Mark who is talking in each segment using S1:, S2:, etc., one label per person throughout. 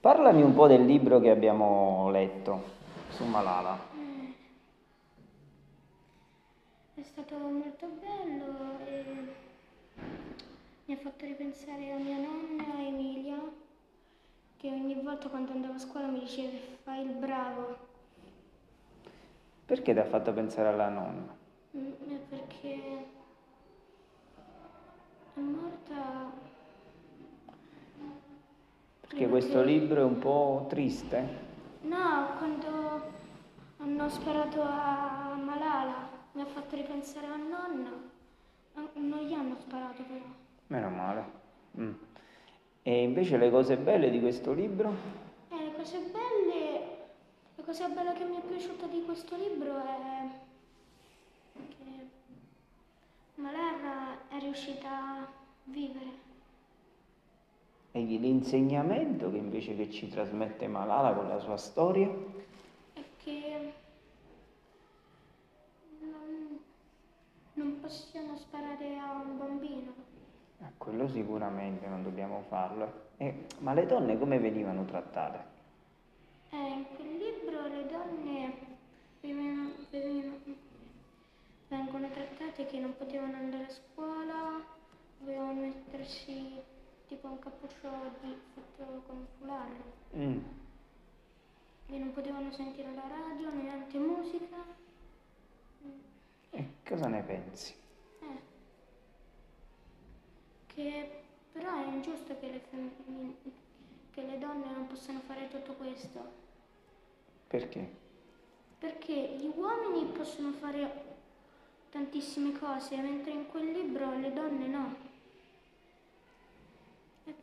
S1: Parlami un po' del libro che abbiamo letto su Malala.
S2: È stato molto bello e mi ha fatto ripensare a mia nonna Emilia, che ogni volta quando andavo a scuola mi diceva che fai il bravo,
S1: Perché ti ha fatto pensare alla nonna?
S2: Mm, è perché è morta
S1: Perché questo libro è un po' triste.
S2: No, quando hanno sparato a Malala mi ha fatto ripensare a nonna. Ma Non gli hanno sparato però.
S1: Meno male. Mm. E invece le cose belle di questo libro?
S2: E Eh, le cose belle, la cosa bella che mi è piaciuta di questo libro è che Malala è riuscita a vivere.
S1: E l'insegnamento che invece che ci trasmette Malala con la sua storia?
S2: è che non, non possiamo sparare a un bambino.
S1: Eh, quello sicuramente non dobbiamo farlo. E- ma le donne come venivano trattate?
S2: Eh, in quel libro le donne venivano- venivano- vengono trattate che non potevano andare a scuola, dovevano mettersi tipo un cappuccio di, fatto con foulard,
S1: Mm.
S2: che non potevano sentire la radio, neanche musica.
S1: E cosa ne pensi?
S2: Eh. Che però è ingiusto che le, femmini- che le donne non possano fare tutto questo,
S1: Perché?
S2: perché gli uomini possono fare tantissime cose, mentre in quel libro le donne no. Eh,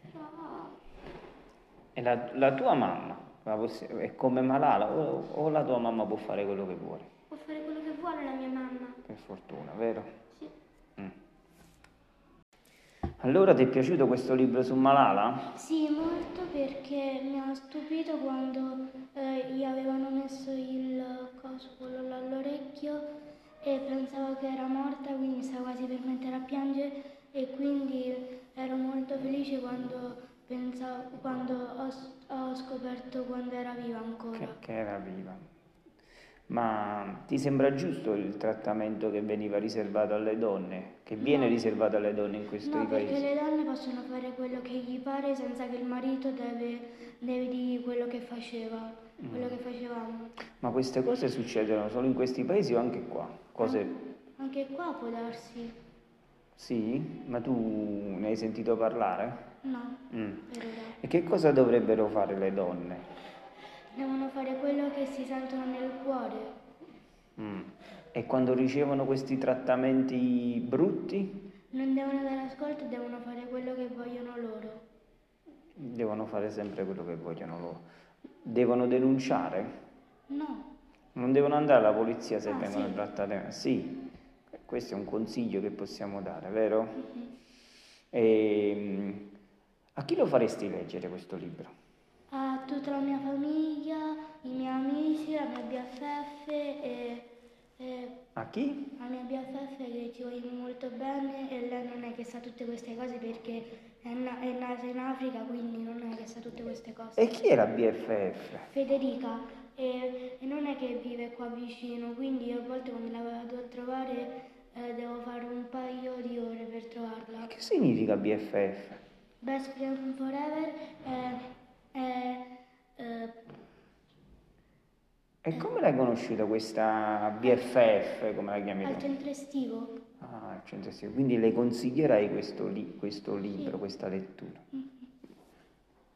S2: Però
S1: E la, la tua mamma la possi- è come Malala, o, o la tua mamma può fare quello che vuole,
S2: può fare quello che vuole la mia mamma.
S1: per fortuna, vero?
S2: Sì.
S1: Mm. Allora ti è piaciuto questo libro su Malala?
S3: Sì, molto perché mi ha stupito quando eh, gli avevano messo il coso quello là all'orecchio e pensavo che era morta, quindi stavo quasi per mettere a piangere e quindi ero molto felice quando, pensavo, quando ho, s- ho scoperto quando era viva ancora.
S1: Che, che era viva. Ma ti sembra giusto il trattamento che veniva riservato alle donne, che viene riservato alle donne in questi
S3: No, perché
S1: paesi?
S3: le donne possono fare quello che gli pare senza che il marito deve, deve dirgli quello che faceva,
S1: Mm.
S3: quello che facevamo.
S1: Ma queste cose succedono solo in questi paesi o anche qua? Cose...
S3: Anche qua può darsi.
S1: Sì? Ma tu ne hai sentito parlare?
S3: No,
S1: Mm.
S3: per ora.
S1: E che cosa dovrebbero fare le donne?
S3: Devono fare quello che si sentono nel cuore.
S1: Mm. E quando ricevono questi trattamenti brutti,
S3: Non devono dare ascolto, devono fare quello che vogliono loro.
S1: devono fare sempre quello che vogliono loro. Devono denunciare,
S3: No,
S1: non devono andare alla polizia se
S3: Ah,
S1: vengono
S3: sì.
S1: trattate. Sì, questo è un consiglio che possiamo dare, vero? Ehm, a chi lo faresti leggere questo libro?
S3: a tutta la mia famiglia, i miei amici, la mia BFF e, e
S1: A chi?
S3: la mia BFF che ci vogliono molto bene e lei non è che sa tutte queste cose perché è, na- è nata in Africa, quindi non è che sa tutte queste cose.
S1: E chi è la BFF?
S3: Federica e, e non è che vive qua vicino, quindi a volte quando la vado a trovare eh, devo fare un paio di ore per trovarla.
S1: Che significa BFF?
S3: Best Friend Forever è, è, eh,
S1: E come l'hai conosciuta questa BFF, come la chiami tu?
S3: al centro estivo.
S1: Ah, il centro estivo. Quindi le consiglierai questo, li- questo libro, questa lettura.